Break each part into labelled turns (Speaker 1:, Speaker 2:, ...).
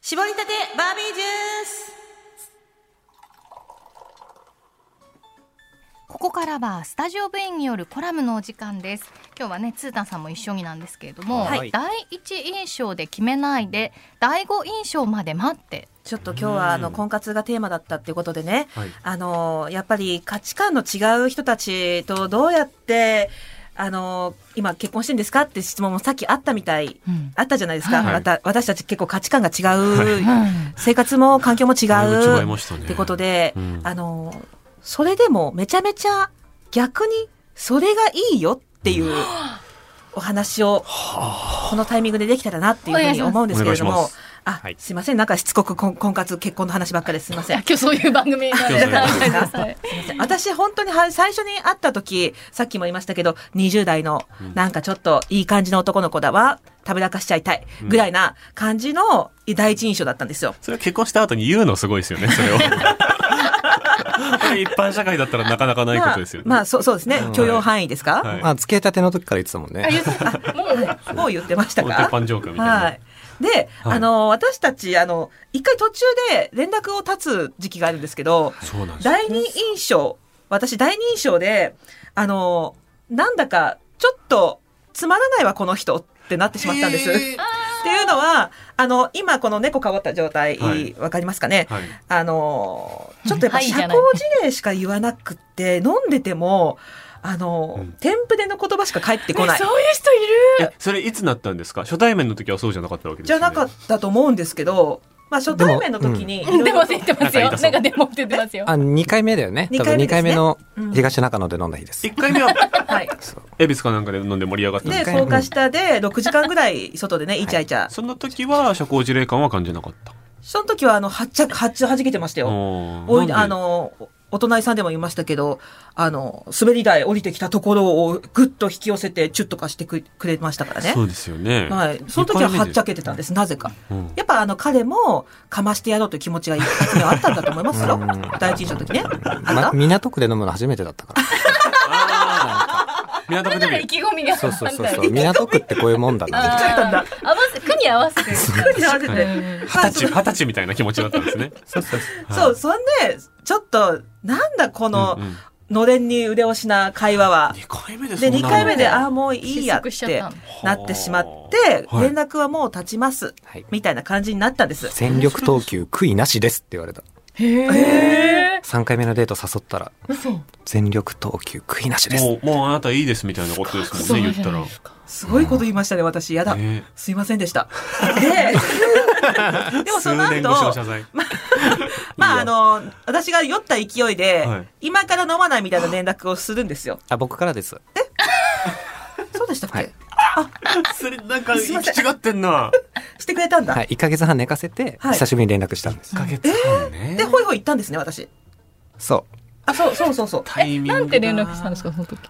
Speaker 1: 絞りたてバービージュース
Speaker 2: ここからはスタジオ部員によるコラムのお時間です。今日はね、ツータンさんも一緒になんですけれども、
Speaker 1: はい
Speaker 2: 第一印象で決めないで、第五印象まで待って。
Speaker 1: ちょっと今日はあの婚活がテーマだったっていうことでね、
Speaker 3: はい
Speaker 1: あのやっぱり価値観の違う人たちとどうやってあの今結婚してんですかって質問もさっきあったみたい
Speaker 2: うん
Speaker 1: あったじゃないですか、
Speaker 3: はい
Speaker 1: また私たち結構価値観が違う、
Speaker 2: うん
Speaker 1: 生活も環境も違
Speaker 3: だいぶ違いうましたね
Speaker 1: ってことで、
Speaker 3: うん
Speaker 1: あのそれでもめちゃめちゃ逆にそれがいいよっていうお話をこのタイミングでできたらなっていうふうに思うんですけれど
Speaker 3: お願い
Speaker 1: も
Speaker 3: しま。
Speaker 1: あ、
Speaker 3: はい
Speaker 1: すいません。なんかしつこく婚婚活、結婚の話ばっかりですいま
Speaker 2: い
Speaker 1: せ
Speaker 2: や
Speaker 1: ん。
Speaker 2: 今日そういう番組なんで
Speaker 3: 今日そういう
Speaker 1: 番組
Speaker 2: はい
Speaker 1: 私、本当には最初に会った時、さっきも言いましたけど、20代の
Speaker 3: うん、
Speaker 1: なんかちょっといい感じの男の子だわ、食べらかしちゃいたい、ぐらいな感じの第一印象だったんですよ。
Speaker 3: それは結婚した後に言うのすごいですよね、それ を。これ一般社会だったらなかなかないことですよね。
Speaker 1: まあ、まあ、そうそうですね
Speaker 3: う。ん
Speaker 1: 許容範囲ですか、
Speaker 3: はい
Speaker 4: まあ、付けたての時から言ってたもん
Speaker 2: あ
Speaker 4: ね。
Speaker 2: 言ってたもうね
Speaker 1: もう言ってました
Speaker 3: もう鉄
Speaker 1: か
Speaker 3: 板ジョークみたいな。
Speaker 1: はい。で、
Speaker 3: はい
Speaker 1: あの、私たち、あの、一回途中で連絡を絶つ時期があるんですけど、
Speaker 3: そうなんですよ。
Speaker 1: 第二印象、私第二印象で、あの、なんだか、ちょっと、つまらないわ、この人ってなってしまったんです。っていうのは、あの、今この猫かわった状態、わ、
Speaker 3: はい
Speaker 1: かりますかね、
Speaker 3: はい。
Speaker 1: あの、ちょっとやっぱ
Speaker 2: はい
Speaker 1: 社
Speaker 2: じゃ
Speaker 1: 交
Speaker 2: ない
Speaker 1: 辞令しか言わなくって、飲んでても、あの、
Speaker 3: うん
Speaker 1: 添付での言葉しか返って
Speaker 2: そ
Speaker 1: こ
Speaker 2: ういう
Speaker 1: ない。
Speaker 2: 人いる
Speaker 3: え、それいつなったんですか初対面の時はそうじゃなかったわけです
Speaker 1: じゃ
Speaker 3: よね
Speaker 1: なかったと思うんですけど、まあ初対面の時に、
Speaker 2: うんでもって言ってますよ
Speaker 3: なんか言いたそう
Speaker 2: なんかでもって言ってますよ
Speaker 4: あ、2回目だよね。多分
Speaker 1: 二
Speaker 4: 2
Speaker 1: 回
Speaker 4: 回
Speaker 1: 目ですね
Speaker 4: 目の
Speaker 1: うん
Speaker 4: 東中野で飲んだ日です
Speaker 3: 一。回目は、
Speaker 1: はい。
Speaker 4: そう
Speaker 3: 恵比寿かなんかで飲んで盛り上がったんで
Speaker 1: で、
Speaker 3: すけ
Speaker 4: 回目
Speaker 1: 高架下で6時間ぐらい外でね、イチャイチャ
Speaker 3: ど。その時は社交辞令感は感じなかった。
Speaker 1: その時は、あの、はっちゃ、はっちゃ弾けてましたよ。
Speaker 3: お
Speaker 1: おい、あ、の、お隣さんでも言いましたけど、あの、滑り台降りてきたところをぐっと引き寄せて、チュッとかしてくくれましたからね
Speaker 3: そ。うですよね。
Speaker 1: はい。その時ははっちゃ
Speaker 3: け。
Speaker 1: けてたんです、なぜか。
Speaker 3: うん
Speaker 1: やっぱあの彼もかましてやろうという 気持ちが一発目はあったんだと思いますよ
Speaker 4: うん。
Speaker 1: 第一印象の時ね。あった、
Speaker 4: ま、港区で飲むの初めてだったから。
Speaker 3: あー港
Speaker 2: そ
Speaker 3: 区
Speaker 2: れなら
Speaker 3: デ
Speaker 2: 意
Speaker 3: ビュ
Speaker 2: 気込みがあ
Speaker 4: そう
Speaker 2: った
Speaker 4: そうそ
Speaker 2: ん
Speaker 4: う
Speaker 2: だ
Speaker 4: そう。 港区ってこういうもんだな。
Speaker 1: ちゃったんだ
Speaker 2: あー合わせ句に合わせて
Speaker 1: に合わせて
Speaker 2: うん
Speaker 3: ー。二十歳、二十歳みたいな気持ちだったんですね。
Speaker 4: そうそうそう。
Speaker 3: は
Speaker 1: そ
Speaker 3: い
Speaker 1: う、そんで、ちょっと、なんだこの
Speaker 3: うんうん
Speaker 1: のれんに腕押しな会話は。
Speaker 3: 二回目でそ
Speaker 1: で、
Speaker 3: んな
Speaker 1: 2
Speaker 3: の
Speaker 1: 回目で、ああ、もういいやっ
Speaker 2: 失速しちゃ
Speaker 1: て
Speaker 2: ったの
Speaker 1: なってしまって、
Speaker 3: はい
Speaker 1: 連絡はもう立ちます
Speaker 4: はい。
Speaker 1: みたいな感じになったんです。
Speaker 4: 全力投球悔いなしですって言われた。
Speaker 2: へえ
Speaker 4: 3回目のデート誘ったら、
Speaker 2: 嘘
Speaker 4: 全力投球悔いなしです。
Speaker 3: もう、もうあなたいいですみたいなことです
Speaker 2: そ
Speaker 3: も
Speaker 2: うん
Speaker 3: ね、
Speaker 2: じゃ
Speaker 3: 言った
Speaker 2: な
Speaker 3: ら
Speaker 2: いで。すか
Speaker 1: すごいこと言いましたね、私。やだ。
Speaker 3: ね
Speaker 1: すいませんで した。で、でもその
Speaker 3: 数年越しの謝
Speaker 1: 後、
Speaker 3: 罪。
Speaker 1: まああの、私が酔った勢いで、
Speaker 3: はい
Speaker 1: 今から飲まないみたいな連絡をするんですよ。
Speaker 4: あ、僕からです。
Speaker 1: そうでしたっけ、
Speaker 4: はい
Speaker 3: それ、なんか、
Speaker 1: すいません
Speaker 3: 違ってんな。
Speaker 1: してくれたんだ。
Speaker 4: はい。1ヶ月半寝かせて、
Speaker 1: はい
Speaker 4: 久しぶりに連絡したんです。
Speaker 3: 1ヶ月半ね。
Speaker 1: で、ホイホイ行ったんですね、私。
Speaker 4: そ
Speaker 1: あ、そうそうそうそう。
Speaker 3: タイミングが
Speaker 2: なんて連絡したんですかその時
Speaker 4: う。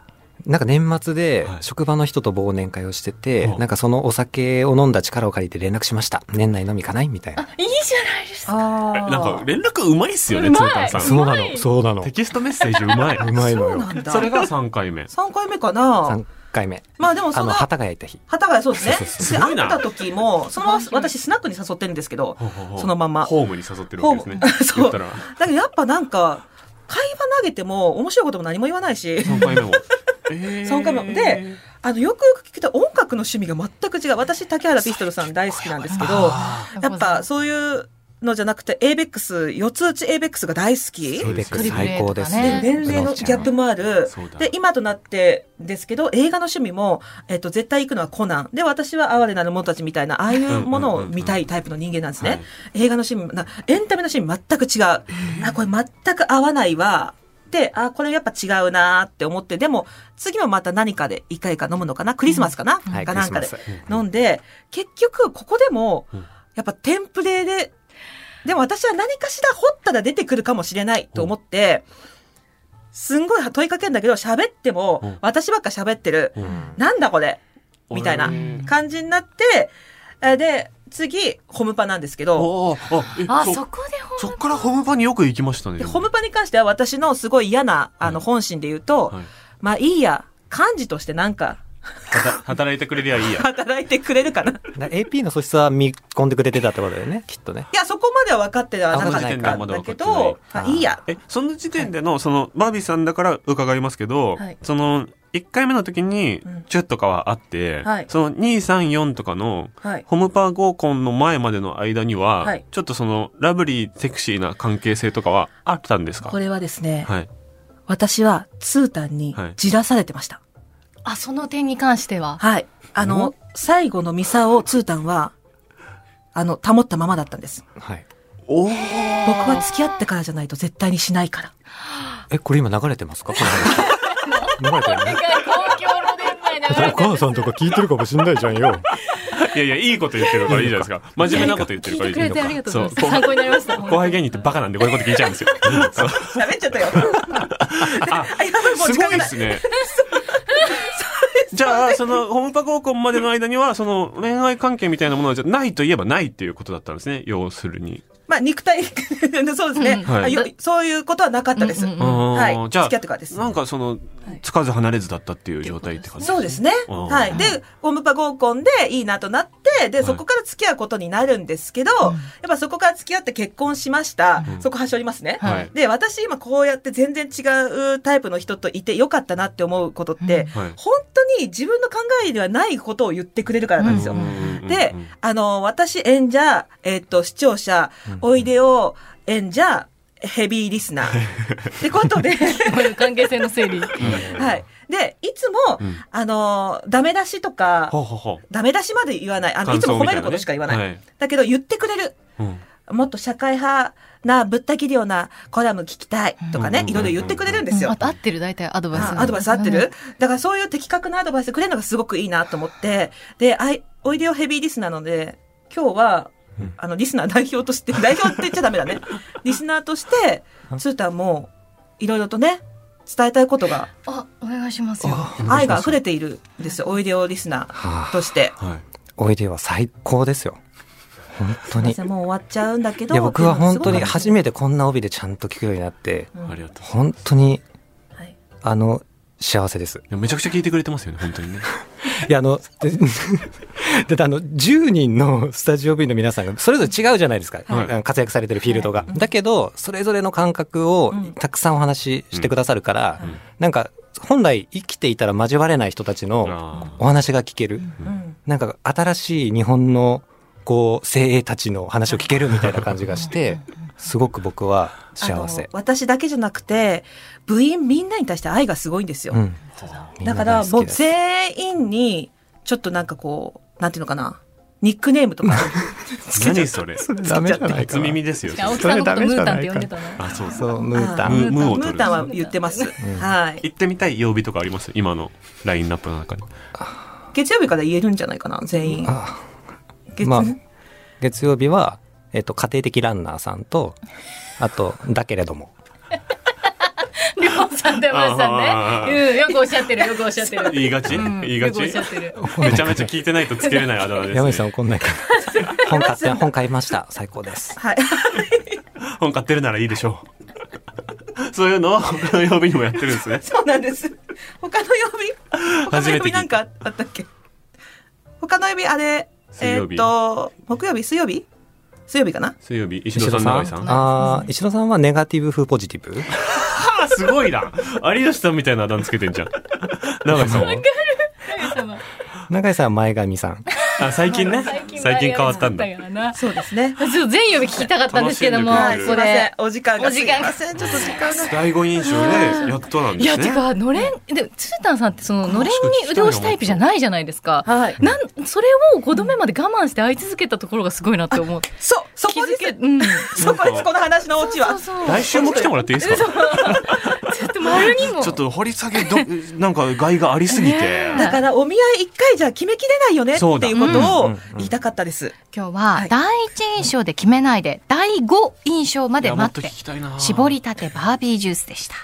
Speaker 4: なんか年末で
Speaker 3: はい
Speaker 4: 職場の人と忘年会をしてて、
Speaker 3: うん
Speaker 4: なんかそのお酒を飲んだ力を借りて連絡しました。年内飲み行かないみたいな。
Speaker 2: いいじゃないですか
Speaker 1: あ
Speaker 3: え
Speaker 1: ー
Speaker 3: なんか、連絡うまいっすよね、
Speaker 2: う
Speaker 3: つ
Speaker 2: まい
Speaker 3: ーたんさ。
Speaker 2: そうんなの
Speaker 4: そうなの
Speaker 3: テキストメッセージうまい。
Speaker 4: うまいの
Speaker 1: そう
Speaker 4: よ
Speaker 1: な。んだ。
Speaker 3: それが3回目。
Speaker 1: 3回目かな
Speaker 4: 3回目。
Speaker 1: まあでもそ
Speaker 4: あ
Speaker 1: の
Speaker 4: の、、旗が焼いた日。
Speaker 1: 旗がそうですね。
Speaker 3: そう
Speaker 1: です
Speaker 3: ごい
Speaker 1: 会
Speaker 3: な
Speaker 1: った時も、その
Speaker 2: す、ごい
Speaker 1: 私スナックに誘ってるんですけど
Speaker 3: ほうほうほ、う
Speaker 1: そのまんま。
Speaker 3: ホームに誘ってるわけですね
Speaker 1: ホーム。そう
Speaker 3: 言ったら、
Speaker 1: だけどやっぱなんか、会話投げても面白いことも何も言わないし、
Speaker 3: 3回目も。えー
Speaker 1: 3回目。で、あの、よくよく聞くと音楽の趣味が全く違う。私、竹原ピストルさん大好きなんですけど、やっぱそういうのじゃなくて、ABEX、四つ打ち ABEX が大好き。
Speaker 3: そうで
Speaker 4: エベ
Speaker 3: す
Speaker 4: ックス最高です
Speaker 2: トリプル A と
Speaker 4: ね。
Speaker 2: かね
Speaker 1: 年齢のギャップもある
Speaker 3: そう。だ
Speaker 1: で、今となってですけど、映画の趣味も、えっと、絶対行くのはコナン。で、私は哀れなる者たちみたいな、ああいうものを見たいタイプの人間なんですね。映画の趣味もな、エンタメの趣味全く違う。あ、これ全く合わないわ。で、あ、これやっぱ違うなーって思って、でも、次もまた何かで、一回か飲むのかなクリスマスかな、
Speaker 4: はい、
Speaker 1: か
Speaker 4: ク
Speaker 1: な
Speaker 4: リ
Speaker 1: ん
Speaker 4: ス
Speaker 1: か
Speaker 4: マ
Speaker 1: で
Speaker 4: ス。
Speaker 1: 飲んで、結局、ここでも
Speaker 3: うん、
Speaker 1: やっぱテンプレで、でも私は何かしら掘ったら出てくるかもしれないと思って、すんごい問いかけるんだけど、喋って
Speaker 3: う
Speaker 1: も
Speaker 3: ん、
Speaker 1: 私ばっか喋ってる。
Speaker 3: うん
Speaker 1: なんだこれみたいな感じになって、えで、次、ホムパなんですけど、
Speaker 3: おーあえ
Speaker 2: あ
Speaker 3: そ
Speaker 2: そこでほん
Speaker 3: そっからホームパンによく行きましたね。
Speaker 1: でホムパに関しては私のすごい嫌な、あの、
Speaker 3: はい
Speaker 1: 本心で言うと、
Speaker 3: はい
Speaker 1: まあいいや、漢字としてなんか、
Speaker 3: はた働いてくれりゃい いや。
Speaker 1: 働いてくれるかな。い
Speaker 4: だから AP の素質は見込んでくれてたってことだよね、きっとね。
Speaker 1: や、そこまでは分かってはなかったんだけど、
Speaker 4: あ
Speaker 1: あいいや。
Speaker 3: え、その時点での、その、バービーさんだから伺いますけど、
Speaker 1: はい
Speaker 3: その、1回目の時に
Speaker 1: うん、
Speaker 3: チュッとかはあって、
Speaker 1: はい
Speaker 3: その、2、3、4とかの、
Speaker 1: はい。
Speaker 3: ホムパー合コンの前までの間には、
Speaker 1: はい
Speaker 3: ちょっとその、ラブリー、セクシーな関係性とかはあったんですか
Speaker 1: これはですね、
Speaker 3: はい。
Speaker 1: 私はツータンに
Speaker 3: はい
Speaker 1: じらされてました。
Speaker 2: あ、その点に関しては。
Speaker 1: はい。あの、最後のミサをツータンは、あの、保ったままだったんです。
Speaker 4: はい。
Speaker 3: お
Speaker 1: 僕は付き合ってからじゃないと絶対にしないから。
Speaker 4: え、これ今流れてますかこの話流れてるね。
Speaker 2: 東京の電波に流れてる
Speaker 4: さんとか聞いてるかもしんないじゃんよ。
Speaker 3: いやいや、いいこと言ってるからいいじゃないですか。真面目なこと言って
Speaker 2: 聞
Speaker 3: る
Speaker 2: い
Speaker 3: から
Speaker 2: て
Speaker 3: いい
Speaker 2: く
Speaker 3: じ
Speaker 2: れて
Speaker 3: ゃない
Speaker 2: ありが
Speaker 3: で
Speaker 2: とう
Speaker 3: すか。
Speaker 2: ございます。参考になりました。
Speaker 3: 後輩芸人ってバカなんでこういうこと聞いちゃうんですよ。そう
Speaker 1: 喋っちゃったよ。あ、
Speaker 3: あ、
Speaker 1: やばい、もう
Speaker 3: す
Speaker 1: 時
Speaker 3: ご
Speaker 1: 間が
Speaker 3: いで
Speaker 1: ない
Speaker 3: す。ね。じゃあ、その、ホームパ合コンまでの間には、その、恋愛関係みたいなものはじゃないといえばないっていうことだったんですね、要するに。
Speaker 1: まあ、肉体、 そうですね、
Speaker 3: うんはい
Speaker 1: あよそういうことはなかったです。
Speaker 2: うんうん
Speaker 1: はい
Speaker 3: あーじゃあ、
Speaker 1: 付き合ってからです
Speaker 3: なんかその
Speaker 2: はい、
Speaker 3: つかず離れずだったっていう状態って感じ。
Speaker 1: そうですね。
Speaker 3: あー
Speaker 1: はい。で、ゴムパ合コンでいいなとなって、で、
Speaker 3: い
Speaker 1: そこから付き合うことになるんですけど、やっぱそこから付き合って結婚しました。
Speaker 3: うん
Speaker 1: そこ端折りますね。
Speaker 3: はい。
Speaker 1: で、私今こうやって全然違うタイプの人といてよかったなって思うことって、
Speaker 3: うんはい。
Speaker 1: 本当に自分の考えではないことを言ってくれるからなんですよ。
Speaker 2: うん
Speaker 1: で、あの、私演者、えっと、視聴者、おいでよ演者、ヘビーリスナー。ってことで、
Speaker 2: こういう関係性の整理。
Speaker 1: はいい。で、いつも、
Speaker 3: うん
Speaker 1: あの、ダメ出しとか、
Speaker 3: ほうほうほう。
Speaker 1: ダメ出しまで言わない。あの、い
Speaker 3: 感
Speaker 1: つ
Speaker 3: 想
Speaker 1: も褒めることしか言わない。
Speaker 3: みたいなね
Speaker 1: だけど、言ってくれる。
Speaker 3: うん
Speaker 1: もっと社会派な、ぶった切るようなコラム聞きたいとかね、
Speaker 3: うん
Speaker 1: いろいろ言ってくれるんです
Speaker 2: うん
Speaker 1: よ
Speaker 2: あ。と合ってる、大体アドバイス。
Speaker 1: あアドバイス合ってるだからそういう的確なアドバイスくれるのがすごくいいなと思って、で、あい、おいでよヘビーリスナーなので、今日は、あの、リスナー代表として、 代表って言っちゃダメだね。リスナーとして、ツータンも、いろいろとね、伝えたいことが、
Speaker 2: あ、お願いしますよ。
Speaker 1: 愛が溢れているんですよ。おいでよリスナ
Speaker 4: は
Speaker 1: ー
Speaker 4: あ
Speaker 1: として。
Speaker 3: はい。
Speaker 4: おいでは最高ですよ。本当に。
Speaker 1: すいませんもう終わっちゃうんだけど。
Speaker 4: いや、僕は本当に初
Speaker 1: め
Speaker 4: めてこんな帯でちゃんと聞くようになって、
Speaker 1: うん
Speaker 3: ありがとう。
Speaker 4: 本当に、
Speaker 1: はい
Speaker 4: あの、幸せです。
Speaker 3: いやめちゃくちゃ聞いてくれてますよね、本当にね。
Speaker 4: いや、あの、 でだってあの、10人のスタジオ部員の皆さんが、それぞれ違うじゃないですか、
Speaker 3: はい
Speaker 4: あの活躍されてるフィールドが。だけど、それぞれの感覚を
Speaker 1: うん
Speaker 4: たくさんお話ししてくださるから、
Speaker 3: うん
Speaker 4: なんか、本来生きていたら交われない人たちの
Speaker 3: あ
Speaker 4: お話が聞ける。
Speaker 1: うん
Speaker 4: なんか、新しい日本の、こう、精鋭たちの話を聞けるみたいな感じがして、すごく僕は幸
Speaker 1: あの
Speaker 4: せ。
Speaker 1: 私だけじゃなくて、部員みんなに対して愛がすごいんですよ。
Speaker 4: うん。みん
Speaker 1: だ
Speaker 4: な
Speaker 1: から
Speaker 4: 大
Speaker 1: も
Speaker 4: 好
Speaker 1: う
Speaker 4: きです
Speaker 1: 全員に、ちょっとなんかこう、なんていうのかな、ニックネームとか。
Speaker 3: ー何それ
Speaker 4: それダメじゃないか
Speaker 3: 初
Speaker 4: な
Speaker 3: 耳ですよ。それ
Speaker 2: 青木さんのことムータンって呼んでたの。
Speaker 3: あ、そうそう。
Speaker 4: そう、ムータ
Speaker 1: あ
Speaker 4: ン。
Speaker 3: ムームーを取る
Speaker 1: ムータンは言ってます。はい。
Speaker 3: 行ってみたい曜日とかあります今のラインナップの中に。
Speaker 1: 月曜日から言えるんじゃないかな、全員。
Speaker 4: あ
Speaker 1: 月
Speaker 4: まあ月曜日は、えっと、家庭的ランナーさんとあと「だけれども
Speaker 2: りょうさん出ました
Speaker 3: あー
Speaker 2: ね。うん、よくおっしゃってる、よくおっしゃってる。
Speaker 3: 言いがち
Speaker 2: うん
Speaker 3: 言いがち
Speaker 2: よくおっしゃってる。」
Speaker 3: めちゃめちゃ聞いてないとつけれないあだ名
Speaker 4: 山
Speaker 3: で
Speaker 4: 口
Speaker 3: す
Speaker 4: さん
Speaker 3: ね。
Speaker 4: 怒んないから 本買って本買いました最高です
Speaker 1: はい。
Speaker 3: 本買ってるならいいでしょう。 そういうのを他の曜日にもやってるんです ね。
Speaker 1: そうなんです。他の曜日他の曜日なんかあったっけ他の曜日あれ、
Speaker 3: 水
Speaker 1: え
Speaker 3: 曜
Speaker 1: ー
Speaker 3: 日
Speaker 1: っと、木曜日、水曜日水曜日かな
Speaker 3: 水曜日、石戸さん、長井さん。あ
Speaker 4: ああ石戸さんはネガティブ風ポジティブ
Speaker 3: ーすごいな。有吉さんみたいなあだ名つけてんじゃ ん。長井さんは
Speaker 4: 永井さんは前髪さん
Speaker 3: あ、最近ね。 最近変わったんだ。
Speaker 1: そうですね。
Speaker 2: ちょっと全曜日聞きたかったんですけども、こ
Speaker 1: はい、すい
Speaker 2: こ
Speaker 1: ません
Speaker 2: で。。
Speaker 1: お時間が。
Speaker 2: お時間が
Speaker 1: すいません。ちょっと時間が。
Speaker 3: 第五印象で、やっとなん
Speaker 2: い
Speaker 3: で
Speaker 2: や、
Speaker 3: す
Speaker 2: て
Speaker 3: ね。
Speaker 2: か、のれん、で、つーたんさんってその、のれんに腕押しタイプじゃないじゃないですか。
Speaker 1: はい。
Speaker 2: なん、それを5度目まで我慢して会い続けたところがすごいなって思う。
Speaker 1: そう、 そ
Speaker 2: 気
Speaker 1: こで
Speaker 2: づけ、
Speaker 1: す。
Speaker 2: うん。
Speaker 1: そこです、この話のオチは。
Speaker 2: そうそう
Speaker 3: 来週も来てもらっていいですか
Speaker 2: ちょっと丸にも。
Speaker 3: ちょっと掘り下げ、ど、 なんか害がありすぎて。
Speaker 1: だから、お見合い一回じゃ決めきれないよねって
Speaker 3: そうだ
Speaker 1: いうこと
Speaker 4: う
Speaker 1: を
Speaker 4: ん
Speaker 1: 言いたかったです。
Speaker 2: 今日
Speaker 1: は
Speaker 2: はい第一印象で決めないで、第五印象まで待って、
Speaker 3: たいな
Speaker 2: 絞りたてバービージュースでした。